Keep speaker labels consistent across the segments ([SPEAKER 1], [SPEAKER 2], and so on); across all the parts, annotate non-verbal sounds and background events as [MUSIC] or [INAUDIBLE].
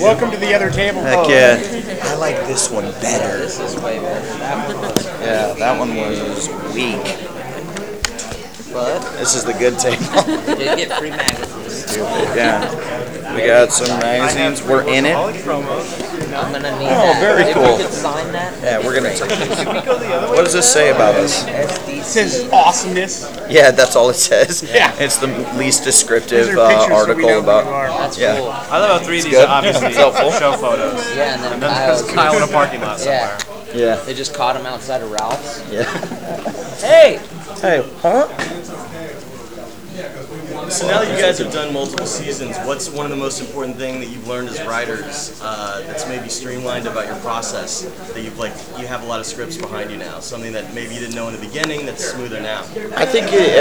[SPEAKER 1] Welcome to the other table.
[SPEAKER 2] Oh.
[SPEAKER 3] Heck yeah.
[SPEAKER 4] I like this one better.
[SPEAKER 5] This is way better. That one was,
[SPEAKER 3] Yeah, that one was weak.
[SPEAKER 5] but
[SPEAKER 3] This is the good table.
[SPEAKER 5] we did get free
[SPEAKER 3] [LAUGHS]
[SPEAKER 5] magazines.
[SPEAKER 3] yeah. We got some magazines. We're in it.
[SPEAKER 5] I'm gonna need
[SPEAKER 3] Oh,
[SPEAKER 5] that.
[SPEAKER 3] very
[SPEAKER 5] if
[SPEAKER 3] cool.
[SPEAKER 5] you could sign that.
[SPEAKER 3] Yeah, we're gonna take these. What does this say about us?
[SPEAKER 5] SDC.
[SPEAKER 1] This is awesomeness.
[SPEAKER 3] Yeah, that's all it says.
[SPEAKER 1] Yeah.
[SPEAKER 3] It's the least
[SPEAKER 1] These
[SPEAKER 3] descriptive
[SPEAKER 1] are
[SPEAKER 3] uh,
[SPEAKER 1] pictures so we
[SPEAKER 3] article
[SPEAKER 1] know who you
[SPEAKER 3] about.
[SPEAKER 1] are.
[SPEAKER 5] That's
[SPEAKER 3] Yeah.
[SPEAKER 5] cool.
[SPEAKER 2] I love how three of these
[SPEAKER 3] It's good.
[SPEAKER 2] are obviously
[SPEAKER 3] It's helpful.
[SPEAKER 2] show [LAUGHS] photos.
[SPEAKER 5] Yeah, and then
[SPEAKER 2] And then there's
[SPEAKER 5] Kyle's.
[SPEAKER 2] Kyle in a parking lot somewhere.
[SPEAKER 5] Yeah,
[SPEAKER 3] Yeah.
[SPEAKER 5] they just caught him outside of Ralph's.
[SPEAKER 3] Yeah.
[SPEAKER 5] Hey,
[SPEAKER 3] Hey, huh?
[SPEAKER 6] So now that you guys have done multiple seasons, what's one of the most important thing that you've learned as writers uh, that's maybe streamlined about your process? That you've like you have a lot of scripts behind you now. Something that maybe you didn't know in the beginning that's smoother now.
[SPEAKER 3] I think it,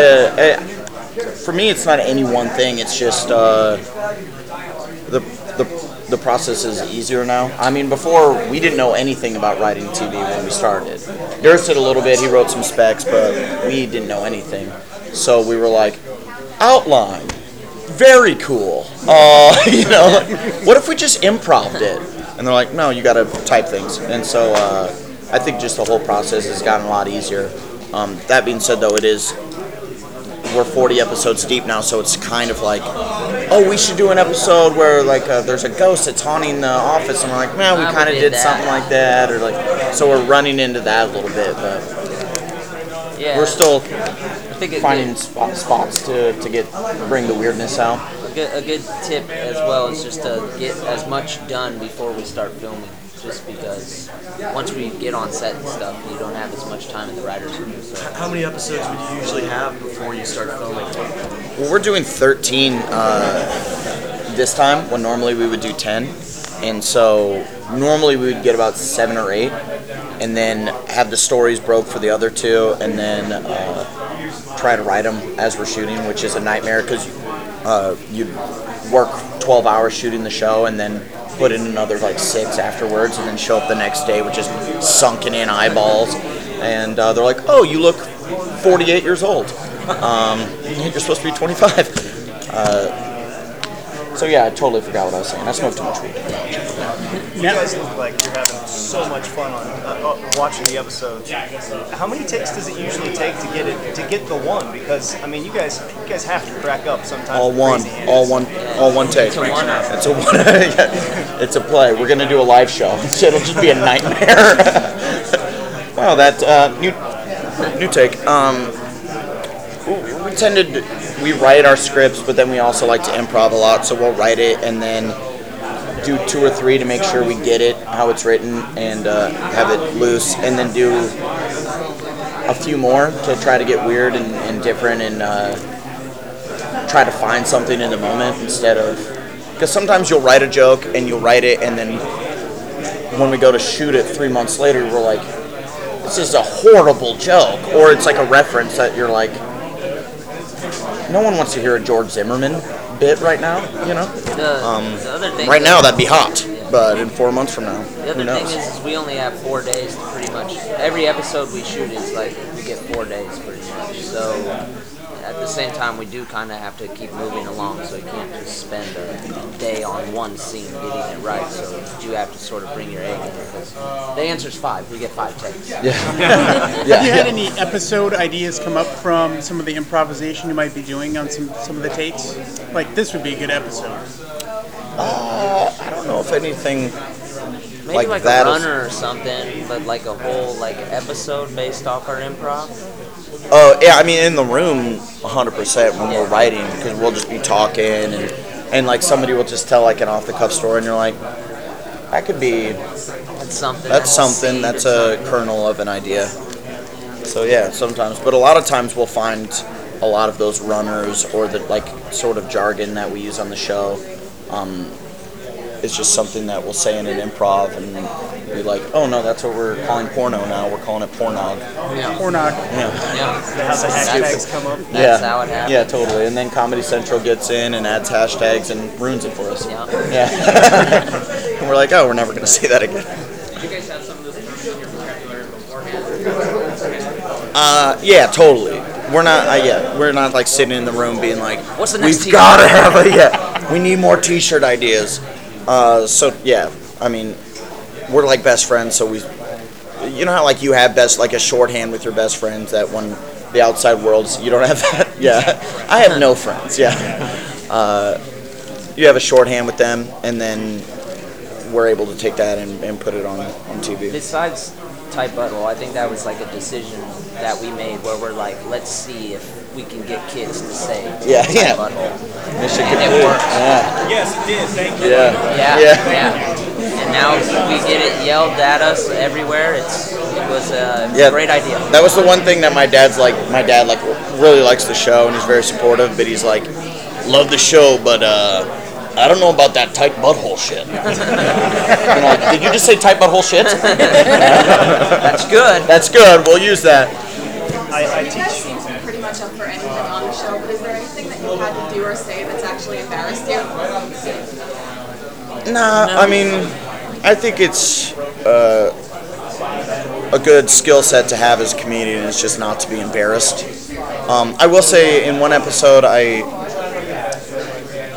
[SPEAKER 3] uh, uh, for me, it's not any one thing. It's just uh, the the the process is easier now. I mean, before we didn't know anything about writing TV when we started. Durst did a little bit. He wrote some specs, but we didn't know anything. So we were like, outline, very cool. Uh, [LAUGHS] you know, like, what if we just improv it? And they're like, no, you got to type things. And so uh, I think just the whole process has gotten a lot easier. Um, that being said, though, it is we're 40 episodes deep now, so it's kind of like, oh, we should do an episode where like uh, there's a ghost that's haunting the office, and we're like, man, we
[SPEAKER 5] Ah, we
[SPEAKER 3] kind of
[SPEAKER 5] did
[SPEAKER 3] did,
[SPEAKER 5] that.
[SPEAKER 3] something like that, or like, so we're running into that a little bit, but
[SPEAKER 5] yeah,
[SPEAKER 3] we're still
[SPEAKER 5] I think a
[SPEAKER 3] finding
[SPEAKER 5] good,
[SPEAKER 3] spot, spots to to get bring the weirdness out.
[SPEAKER 5] a good- a good tip as well is just to get as much done before we start filming. Just because once we get on set and stuff, you don't have as much time in the writers' room. So
[SPEAKER 6] How many episodes would you usually have before you start filming?
[SPEAKER 3] Well, we're doing 13 uh, this time when normally we would do 10. And so normally we would get about seven or eight and then have the stories broke for the other two and then uh, try to write them as we're shooting, which is a nightmare because uh, you work 12 hours shooting the show and then put in another like six afterwards and then show up the next day with just sunken in eyeballs. And uh, they're like, oh, you look 48 years old. You're supposed to be 25. Uh, so yeah, I totally forgot what I was saying. I smoked too much weed.
[SPEAKER 2] You guys look like you're having so much fun on uh, uh, watching the episodes. How many takes does it usually take to get it to get the one? Because I mean, you guys you guys have to crack up sometimes.
[SPEAKER 3] All
[SPEAKER 2] with
[SPEAKER 3] one,
[SPEAKER 2] crazy
[SPEAKER 3] all
[SPEAKER 2] edits.
[SPEAKER 3] one, all one take.
[SPEAKER 5] a one.
[SPEAKER 3] It's a one. [LAUGHS] yeah. It's a play. We're gonna do a live show. [LAUGHS] It'll just be a nightmare. [LAUGHS] wow, that uh, new new take. Um, we tend to d- we write our scripts, but then we also like to improv a lot. So we'll write it and then do two or three to make sure we get it how it's written and uh, have it loose, and then do a few more to try to get weird and, and different and. Uh, try to find something in the moment instead of because sometimes you'll write a joke and you'll write it and then when we go to shoot it three months later we're like this is a horrible joke or it's like a reference that you're like no one wants to hear a george zimmerman bit right now you know
[SPEAKER 5] the, the other thing
[SPEAKER 3] Um, right
[SPEAKER 5] that-
[SPEAKER 3] now that'd be hot but in four months from now
[SPEAKER 5] The
[SPEAKER 3] who
[SPEAKER 5] other thing
[SPEAKER 3] knows
[SPEAKER 5] is, is we only have four days to pretty much every episode we shoot is like we get four days pretty much. So at the same time we do kind of have to keep moving along, so you can't just spend a day on one scene getting it right. So you do have to sort of bring your A game because the answer's five. We get five takes.
[SPEAKER 3] yeah,
[SPEAKER 1] Have you
[SPEAKER 3] yeah.
[SPEAKER 1] had any episode ideas come up from some of the improvisation you might be doing on some, some of the takes? Like this would be a good episode.
[SPEAKER 3] Uh, i don't know if anything
[SPEAKER 5] Maybe
[SPEAKER 3] Like
[SPEAKER 5] like,
[SPEAKER 3] that
[SPEAKER 5] a
[SPEAKER 3] is-
[SPEAKER 5] runner or something, but like a whole like episode based off our improv.
[SPEAKER 3] Oh yeah, I mean in the room, 100 percent when we're writing because we'll just be talking and and like somebody will just tell like an off the cuff story and you're like, that could be
[SPEAKER 5] That's something.
[SPEAKER 3] that's
[SPEAKER 5] a
[SPEAKER 3] something
[SPEAKER 5] seed
[SPEAKER 3] that's
[SPEAKER 5] or
[SPEAKER 3] a kernel of an idea. So yeah, sometimes, but a lot of times we'll find a lot of those runners or the like sort of jargon that we use on the show. Um, it's just something that we'll say in an improv and be like, oh no, that's what we're calling porno now. We're calling it pornog. [LAUGHS]
[SPEAKER 5] something. Yeah.
[SPEAKER 1] Or not.
[SPEAKER 3] Yeah.
[SPEAKER 5] yeah.
[SPEAKER 2] How the
[SPEAKER 5] That's-
[SPEAKER 2] hashtags come up.
[SPEAKER 5] That's how it happens.
[SPEAKER 3] Yeah, totally. And then Comedy Central gets in and adds hashtags and ruins it for us.
[SPEAKER 5] Yeah.
[SPEAKER 3] [LAUGHS] And we're like, oh, we're never going to see that again. Uh, yeah, totally. We're not, uh, yeah, we're not like sitting in the room being like,
[SPEAKER 5] What's the next
[SPEAKER 3] we've
[SPEAKER 5] t-shirt?"
[SPEAKER 3] got to have a, yeah, we need more t shirt ideas. Uh, so yeah, I mean, we're like best friends. So we, you know how like you have best like a shorthand with your best friends that when the outside world's you don't have that. [LAUGHS] Yeah, I have no friends. Yeah, [LAUGHS] uh, you have a shorthand with them, and then we're able to take that and, and put it on on TV.
[SPEAKER 5] Besides Type Butthole, I think that was like a decision that we made where we're like, let's see if we can get kids to say
[SPEAKER 3] Yeah,
[SPEAKER 5] Type
[SPEAKER 3] yeah.
[SPEAKER 5] Butthole.
[SPEAKER 3] Mission
[SPEAKER 5] And it
[SPEAKER 3] complete.
[SPEAKER 5] works.
[SPEAKER 3] Yeah.
[SPEAKER 7] Yes, it did. Thank you.
[SPEAKER 3] Yeah.
[SPEAKER 5] Yeah,
[SPEAKER 3] Yeah.
[SPEAKER 5] yeah. And now we get it yelled at us everywhere. It's it was a
[SPEAKER 3] Yeah.
[SPEAKER 5] great idea.
[SPEAKER 3] That was the one thing that my dad's like. My dad like really likes the show and he's very supportive, but he's like, love the show, but uh, I don't know about that tight butthole shit. [LAUGHS] and I'm like, Did you just say tight butthole shit?
[SPEAKER 5] That's good.
[SPEAKER 3] That's good. We'll use that.
[SPEAKER 2] I, I
[SPEAKER 8] You guys seem pretty much up for anything on the show, but is there anything that you had to do or say that's actually embarrassed you?
[SPEAKER 3] Nah, I mean, I think it's uh, a good skill set to have as a comedian is just not to be embarrassed. Um, I will say, in one episode, I,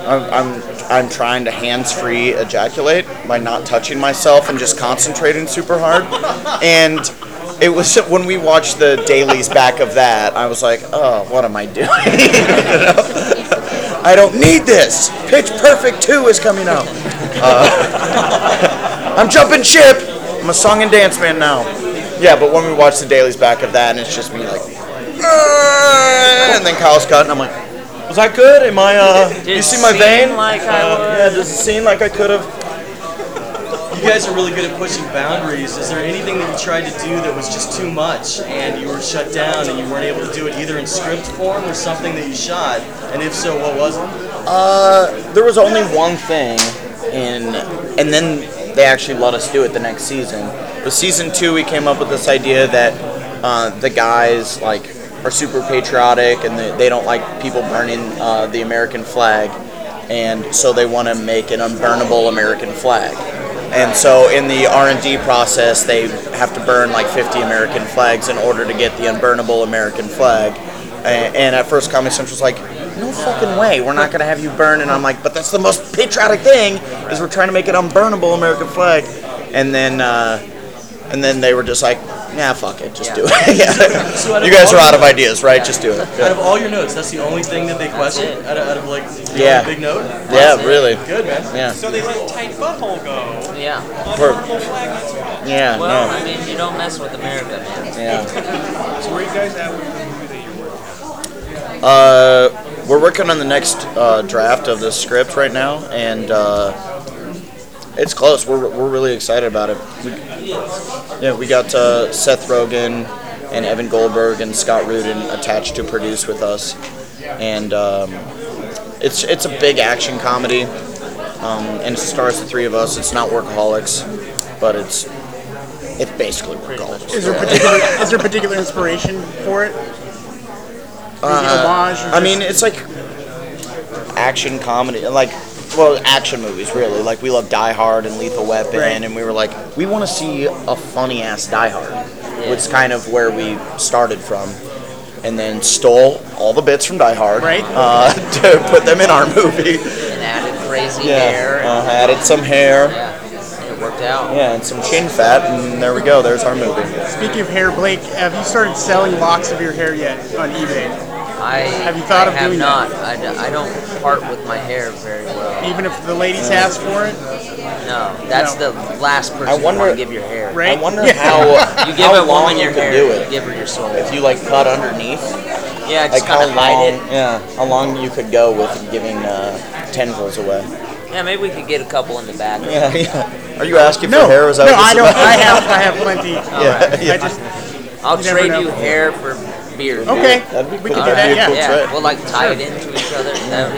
[SPEAKER 3] I'm, I'm, I'm trying to hands-free ejaculate by not touching myself and just concentrating super hard, and it was when we watched the dailies back of that, I was like, oh, what am I doing? You know? I don't need this. Pitch Perfect Two is coming out. [LAUGHS] I'm jumping ship. I'm a song and dance man now. Yeah, but when we watch the dailies back of that, and it's just me like, "Ah," and then Kyle's cut, and I'm like, was that good? Am I? Uh, you
[SPEAKER 5] Did
[SPEAKER 3] see my
[SPEAKER 5] seem
[SPEAKER 3] vein?
[SPEAKER 5] like I
[SPEAKER 3] Uh,
[SPEAKER 5] was.
[SPEAKER 3] Yeah, does it seem like I could have?
[SPEAKER 6] You guys are really good at pushing boundaries. Is there anything that you tried to do that was just too much and you were shut down and you weren't able to do it either in script form or something that you shot? And if so, what was it?
[SPEAKER 3] there was only one thing in and then they actually let us do it the next season with season two we came up with this idea that uh, the guys like are super patriotic and they, they don't like people burning uh, the american flag and so they want to make an unburnable american flag and so in the r&d process they have to burn like 50 american flags in order to get the unburnable american flag and, and at first, Comedy Central was like, "No fucking way, we're not gonna have you burn." And I'm like, "But that's the most patriotic thing is we're trying to make it unburnable American flag." And then, uh, and then they were just like, "Nah, fuck it, just do it." [LAUGHS] Yeah.
[SPEAKER 6] So out of
[SPEAKER 3] You guys
[SPEAKER 6] all
[SPEAKER 3] are out
[SPEAKER 6] your-
[SPEAKER 3] of ideas, right? Just do it.
[SPEAKER 6] Out of all your notes, that's the only thing that they questioned. Out of, out of like the
[SPEAKER 3] Yeah.
[SPEAKER 6] only big note.
[SPEAKER 3] Yeah, really.
[SPEAKER 6] Good man.
[SPEAKER 3] Yeah,
[SPEAKER 7] So they let tight butthole go.
[SPEAKER 5] Yeah.
[SPEAKER 3] We're-
[SPEAKER 7] Unhonorable flag, that's right.
[SPEAKER 3] yeah,
[SPEAKER 5] Well,
[SPEAKER 3] no,
[SPEAKER 5] I mean, you don't mess with America, man.
[SPEAKER 3] yeah.
[SPEAKER 7] So where are you guys at with the movie that you're working
[SPEAKER 3] Uh, we're working on the next uh, draft of the script right now, and uh, it's close. We're, we're really excited about it. We, yeah, we got uh, Seth Rogen and Evan Goldberg and Scott Rudin attached to produce with us, and um, it's it's a big action comedy, um, and it stars the three of us. It's not workaholics, but it's it's basically workaholics.
[SPEAKER 1] Is
[SPEAKER 3] [LAUGHS]
[SPEAKER 1] there particular is there particular inspiration for it? Is it homage or
[SPEAKER 3] Uh, I mean, it's
[SPEAKER 1] just-
[SPEAKER 3] like action comedy, like well, action movies really. Like we love Die Hard and Lethal Weapon,
[SPEAKER 1] Right.
[SPEAKER 3] and we were like, we want to see a funny ass Die Hard, which is kind of where we started from, and then stole all the bits from Die Hard,
[SPEAKER 1] Right.
[SPEAKER 3] Uh, [LAUGHS] to put them in our movie.
[SPEAKER 5] And added crazy
[SPEAKER 3] Yeah,
[SPEAKER 5] hair. And,
[SPEAKER 3] uh, added some hair.
[SPEAKER 5] yeah. And it worked out.
[SPEAKER 3] Yeah, and some chin fat, and there we go. There's our movie.
[SPEAKER 1] speaking of hair, Blake, have you started selling locks of your hair yet on eBay?
[SPEAKER 5] I
[SPEAKER 1] Have you thought
[SPEAKER 5] I
[SPEAKER 1] of
[SPEAKER 5] have
[SPEAKER 1] doing
[SPEAKER 5] not. I, d- I don't part with my hair very well.
[SPEAKER 1] Even if the ladies
[SPEAKER 3] Mm.
[SPEAKER 1] ask for it,
[SPEAKER 5] No, that's
[SPEAKER 1] No.
[SPEAKER 5] the last person
[SPEAKER 3] wonder-
[SPEAKER 5] you want to give your hair.
[SPEAKER 1] right?
[SPEAKER 3] I
[SPEAKER 5] [LAUGHS]
[SPEAKER 3] wonder [LAUGHS] how
[SPEAKER 5] You give
[SPEAKER 3] how
[SPEAKER 5] a
[SPEAKER 3] long
[SPEAKER 5] woman
[SPEAKER 3] you
[SPEAKER 5] your
[SPEAKER 3] can
[SPEAKER 5] hair,
[SPEAKER 3] do
[SPEAKER 5] you
[SPEAKER 3] it.
[SPEAKER 5] give her your soul.
[SPEAKER 3] If you like cut underneath.
[SPEAKER 5] yeah,
[SPEAKER 3] like
[SPEAKER 5] just
[SPEAKER 3] how
[SPEAKER 5] kind
[SPEAKER 3] long,
[SPEAKER 5] of hide it.
[SPEAKER 3] yeah, how long you could go with giving uh, tendrils
[SPEAKER 1] [LAUGHS]
[SPEAKER 3] away.
[SPEAKER 5] Yeah, maybe we could get a couple in the back.
[SPEAKER 3] Yeah, yeah. Are you asking
[SPEAKER 1] no,
[SPEAKER 3] for hair? Is that what
[SPEAKER 1] no,
[SPEAKER 3] this is
[SPEAKER 1] I don't.
[SPEAKER 3] about?
[SPEAKER 1] I have,
[SPEAKER 3] [LAUGHS]
[SPEAKER 1] I have plenty.
[SPEAKER 3] Yeah, yeah.
[SPEAKER 1] I just,
[SPEAKER 5] I'll
[SPEAKER 1] You never
[SPEAKER 5] trade
[SPEAKER 1] know.
[SPEAKER 5] you hair for beard.
[SPEAKER 1] okay,
[SPEAKER 3] That'd be
[SPEAKER 1] we
[SPEAKER 3] cool.
[SPEAKER 1] can do
[SPEAKER 3] That'd
[SPEAKER 1] that.
[SPEAKER 3] be cool.
[SPEAKER 1] Yeah,
[SPEAKER 3] That's
[SPEAKER 5] Yeah,
[SPEAKER 3] right.
[SPEAKER 5] we'll like tie it into each other. That'd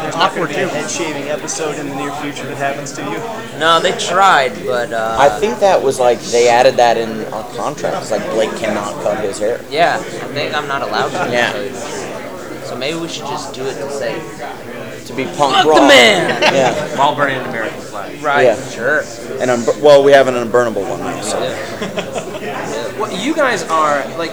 [SPEAKER 5] be cool.
[SPEAKER 1] awkward too.
[SPEAKER 2] head shaving episode in the near future that happens to you.
[SPEAKER 5] No, they tried, but uh,
[SPEAKER 3] I think that was like they added that in our contract. It's like Blake cannot cut his hair.
[SPEAKER 5] yeah, I think I'm not allowed to.
[SPEAKER 3] Yeah.
[SPEAKER 5] So, so maybe we should just do it to say
[SPEAKER 3] To be punk
[SPEAKER 5] "Fuck
[SPEAKER 3] rock.
[SPEAKER 5] the
[SPEAKER 3] [LAUGHS]
[SPEAKER 5] man.
[SPEAKER 3] Yeah,
[SPEAKER 7] While burning an American flag.
[SPEAKER 5] Right.
[SPEAKER 3] Yeah.
[SPEAKER 5] Sure.
[SPEAKER 3] and unbur- well, we have an unburnable one now. So.
[SPEAKER 7] Well, you guys are like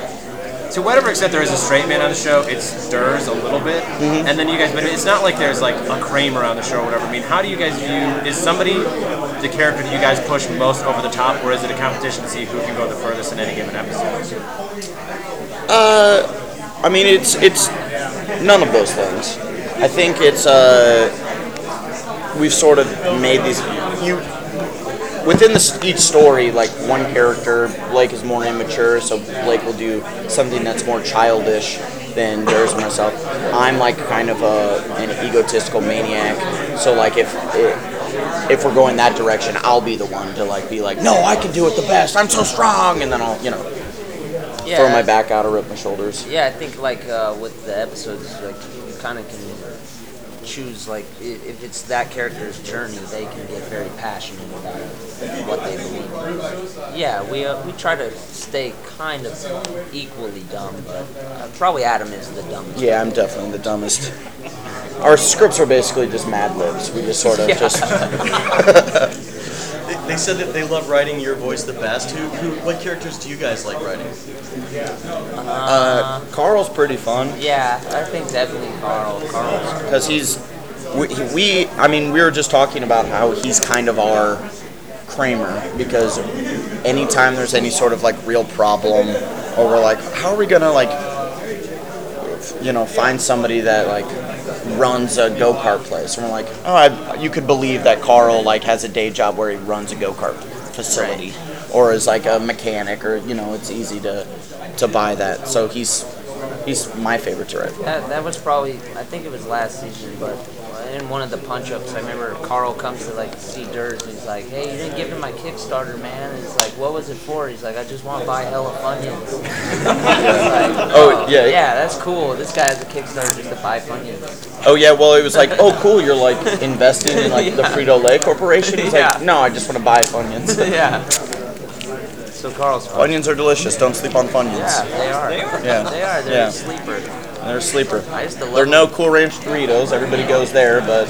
[SPEAKER 9] to whatever extent there is a straight man on the show, it stirs a little bit.
[SPEAKER 6] Mm-hmm.
[SPEAKER 9] And then you guys, but it's not like there's like a Kramer on the show or whatever. I mean, how do you guys view? Is somebody the character that you guys push most over the top, or is it a competition to see who can go the furthest in any given episode?
[SPEAKER 3] I mean, it's it's none of those things. I think it's uh, we've sort of made these you within the, s- each story. Like one character, Blake is more immature, so Blake will do something that's more childish than Durs and myself. I'm like kind of a an egotistical maniac, so like if. It, if we're going that direction, I'll be the one to like be like, no, I can do it the best. I'm so strong, and then I'll, you know,
[SPEAKER 5] Yeah,
[SPEAKER 3] throw my back out or rip my shoulders.
[SPEAKER 5] Yeah, I think like uh, with the episodes, like you kind of can choose like i- if it's that character's journey, they can get very passionate about what they believe. in. Yeah, we uh, we try to stay kind of equally dumb, but uh, probably Adam is the dumbest.
[SPEAKER 3] Yeah, I'm definitely the dumbest. Our scripts are basically just Mad Libs. We just sort of just.
[SPEAKER 6] They, they said that they love writing your voice the best. Who, who, what characters do you guys like writing?
[SPEAKER 3] Uh, Carl's pretty fun
[SPEAKER 5] Yeah, I think definitely Carl. Carl's
[SPEAKER 3] because he's. We, he- we, I mean, we were just talking about how he's kind of our Kramer because anytime there's any sort of like real problem, or we're like, how are we gonna like, you know, find somebody that like runs a go kart place? And we're like, oh, I, you could believe that Carl like has a day job where he runs a go kart facility, or is like a mechanic, or you know, it's easy to to buy that. So he's he's my favorite to write.
[SPEAKER 5] That, that was probably I think it was last season, but in one of the punch ups, I remember Carl comes to like see Durs and he's like, "Hey, you didn't give him my Kickstarter, man." And he's like, "What was it for?" He's like, "I just want to buy hella funyuns." [LAUGHS]
[SPEAKER 3] Oh yeah,
[SPEAKER 5] yeah, that's cool. This guy has a Kickstarter just to
[SPEAKER 3] [LAUGHS]
[SPEAKER 5] buy funyuns.
[SPEAKER 3] Oh yeah, well it was like, oh cool, you're like [LAUGHS] investing in like the Frito Lay Corporation. He's
[SPEAKER 5] Yeah.
[SPEAKER 3] like, no, I just want to buy Funyuns.
[SPEAKER 5] yeah. So Carl's
[SPEAKER 3] [LAUGHS]
[SPEAKER 5] fun.
[SPEAKER 3] Funyuns are delicious. Don't sleep on
[SPEAKER 5] Yeah,
[SPEAKER 3] Funyuns.
[SPEAKER 5] they are. They are.
[SPEAKER 3] Yeah.
[SPEAKER 5] They are. They're
[SPEAKER 3] Yeah.
[SPEAKER 5] a sleeper.
[SPEAKER 3] They're a sleeper.
[SPEAKER 5] I used to love
[SPEAKER 3] There are no Cool Ranch Doritos. Everybody goes there, but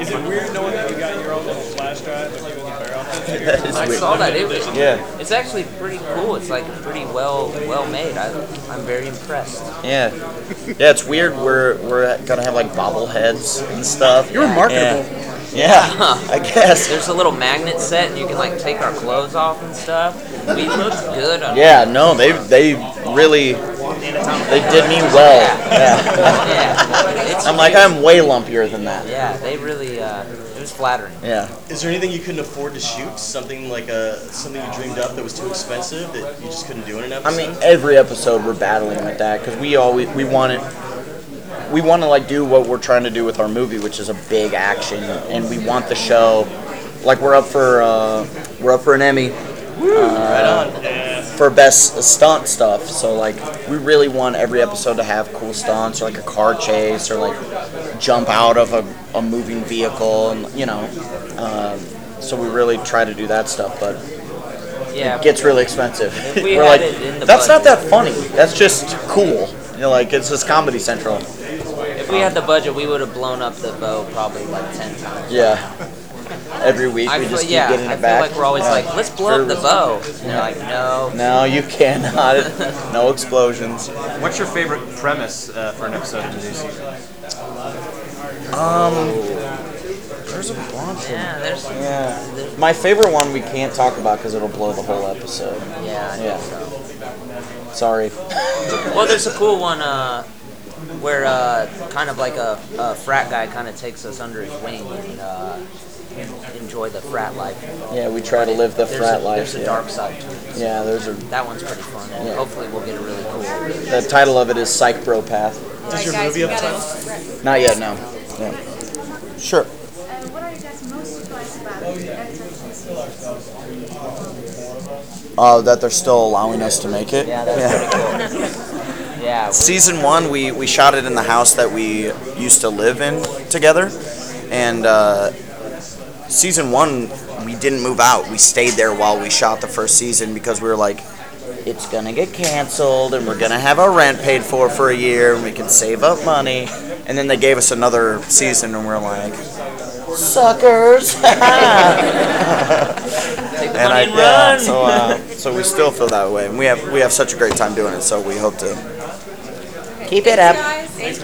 [SPEAKER 7] Is it weird knowing that you got your own little flash drive that you can fire
[SPEAKER 3] [LAUGHS]
[SPEAKER 7] off? It's
[SPEAKER 3] that is
[SPEAKER 5] I
[SPEAKER 3] weird.
[SPEAKER 5] saw that. It was,
[SPEAKER 3] Yeah,
[SPEAKER 5] It's actually pretty cool. It's like pretty well well made. I, I'm very impressed.
[SPEAKER 3] yeah, yeah. It's weird. We're we're gonna have like bobbleheads and stuff.
[SPEAKER 1] You're marketable.
[SPEAKER 3] Yeah, [LAUGHS] yeah I guess.
[SPEAKER 5] There's a little magnet set, and you can like take our clothes off and stuff. We looked good on.
[SPEAKER 3] Yeah, no, they they really they did me well. Yeah.
[SPEAKER 5] [LAUGHS] Yeah. It's-
[SPEAKER 3] I'm like, "Ah." I'm way lumpier than that.
[SPEAKER 5] Yeah, they really. Uh, it was flattering.
[SPEAKER 3] Yeah.
[SPEAKER 6] Is there anything you couldn't afford to shoot? Something like a something you dreamed up that was too expensive that you just couldn't do in an
[SPEAKER 3] I
[SPEAKER 6] episode?
[SPEAKER 3] mean, every episode we're battling with that because we always we want it. We want to like do what we're trying to do with our movie, which is a big action, and we want the show. Like we're up for uh, we're up for an Emmy uh, for best stunt stuff. So like we really want every episode to have cool stunts or like a car chase or like jump out of a, a moving vehicle and you know. Um, so we really try to do that stuff, but
[SPEAKER 5] Yeah.
[SPEAKER 3] gets really expensive.
[SPEAKER 5] we
[SPEAKER 3] We're like,
[SPEAKER 5] had it in the
[SPEAKER 3] that's not
[SPEAKER 5] budget."
[SPEAKER 3] that funny. That's just cool. You know, like it's just Comedy Central.
[SPEAKER 5] if we had the budget, we would have blown up the bow probably like ten times.
[SPEAKER 3] Yeah. Every week
[SPEAKER 5] I
[SPEAKER 3] we
[SPEAKER 5] feel,
[SPEAKER 3] just keep
[SPEAKER 5] yeah,
[SPEAKER 3] getting it
[SPEAKER 5] I feel
[SPEAKER 3] back.
[SPEAKER 5] like we're always
[SPEAKER 3] Yeah.
[SPEAKER 5] like, let's blow up the bow. And they're like, no.
[SPEAKER 3] No, you cannot.
[SPEAKER 5] [LAUGHS]
[SPEAKER 3] no explosions.
[SPEAKER 9] What's your favorite premise uh, for an episode of the new season?
[SPEAKER 3] There's a bunch. of-
[SPEAKER 5] Yeah, there's.
[SPEAKER 3] Yeah. My favorite one we can't talk about because it'll blow the whole episode.
[SPEAKER 5] Yeah. I know.
[SPEAKER 3] Yeah. Sorry.
[SPEAKER 5] Well, there's a cool one uh, where uh, kind of like a, a frat guy kind of takes us under his wing and uh, enjoy the frat life.
[SPEAKER 3] Yeah, we try to live the
[SPEAKER 5] There's
[SPEAKER 3] frat
[SPEAKER 5] a,
[SPEAKER 3] life.
[SPEAKER 5] There's a
[SPEAKER 3] yeah.
[SPEAKER 5] dark side to it.
[SPEAKER 3] Yeah, there's a.
[SPEAKER 5] That one's pretty fun. And
[SPEAKER 3] Yeah.
[SPEAKER 5] Hopefully, we'll get a really cool.
[SPEAKER 3] The title of it is Psych Bro Path.
[SPEAKER 8] Does your movie have time?
[SPEAKER 3] Not yet, no. Yeah. Sure.
[SPEAKER 10] what are you guys most surprised about? That's
[SPEAKER 3] Uh, that they're still allowing us to make it.
[SPEAKER 5] Yeah, that's pretty cool. [LAUGHS] Yeah.
[SPEAKER 3] Season one, we, we shot it in the house that we used to live in together. And uh, season one, we didn't move out. We stayed there while we shot the first season because we were like, it's going to get canceled and we're going to have our rent paid for for a year and we can save up money. And then they gave us another [LAUGHS] season and we're like, suckers.
[SPEAKER 5] Take the
[SPEAKER 3] and
[SPEAKER 5] money
[SPEAKER 3] I,
[SPEAKER 5] and
[SPEAKER 3] yeah,
[SPEAKER 5] run.
[SPEAKER 3] so, uh, so we still feel that way, and we have we have such a great time doing it. So we hope to
[SPEAKER 5] Keep it up.
[SPEAKER 8] Guys,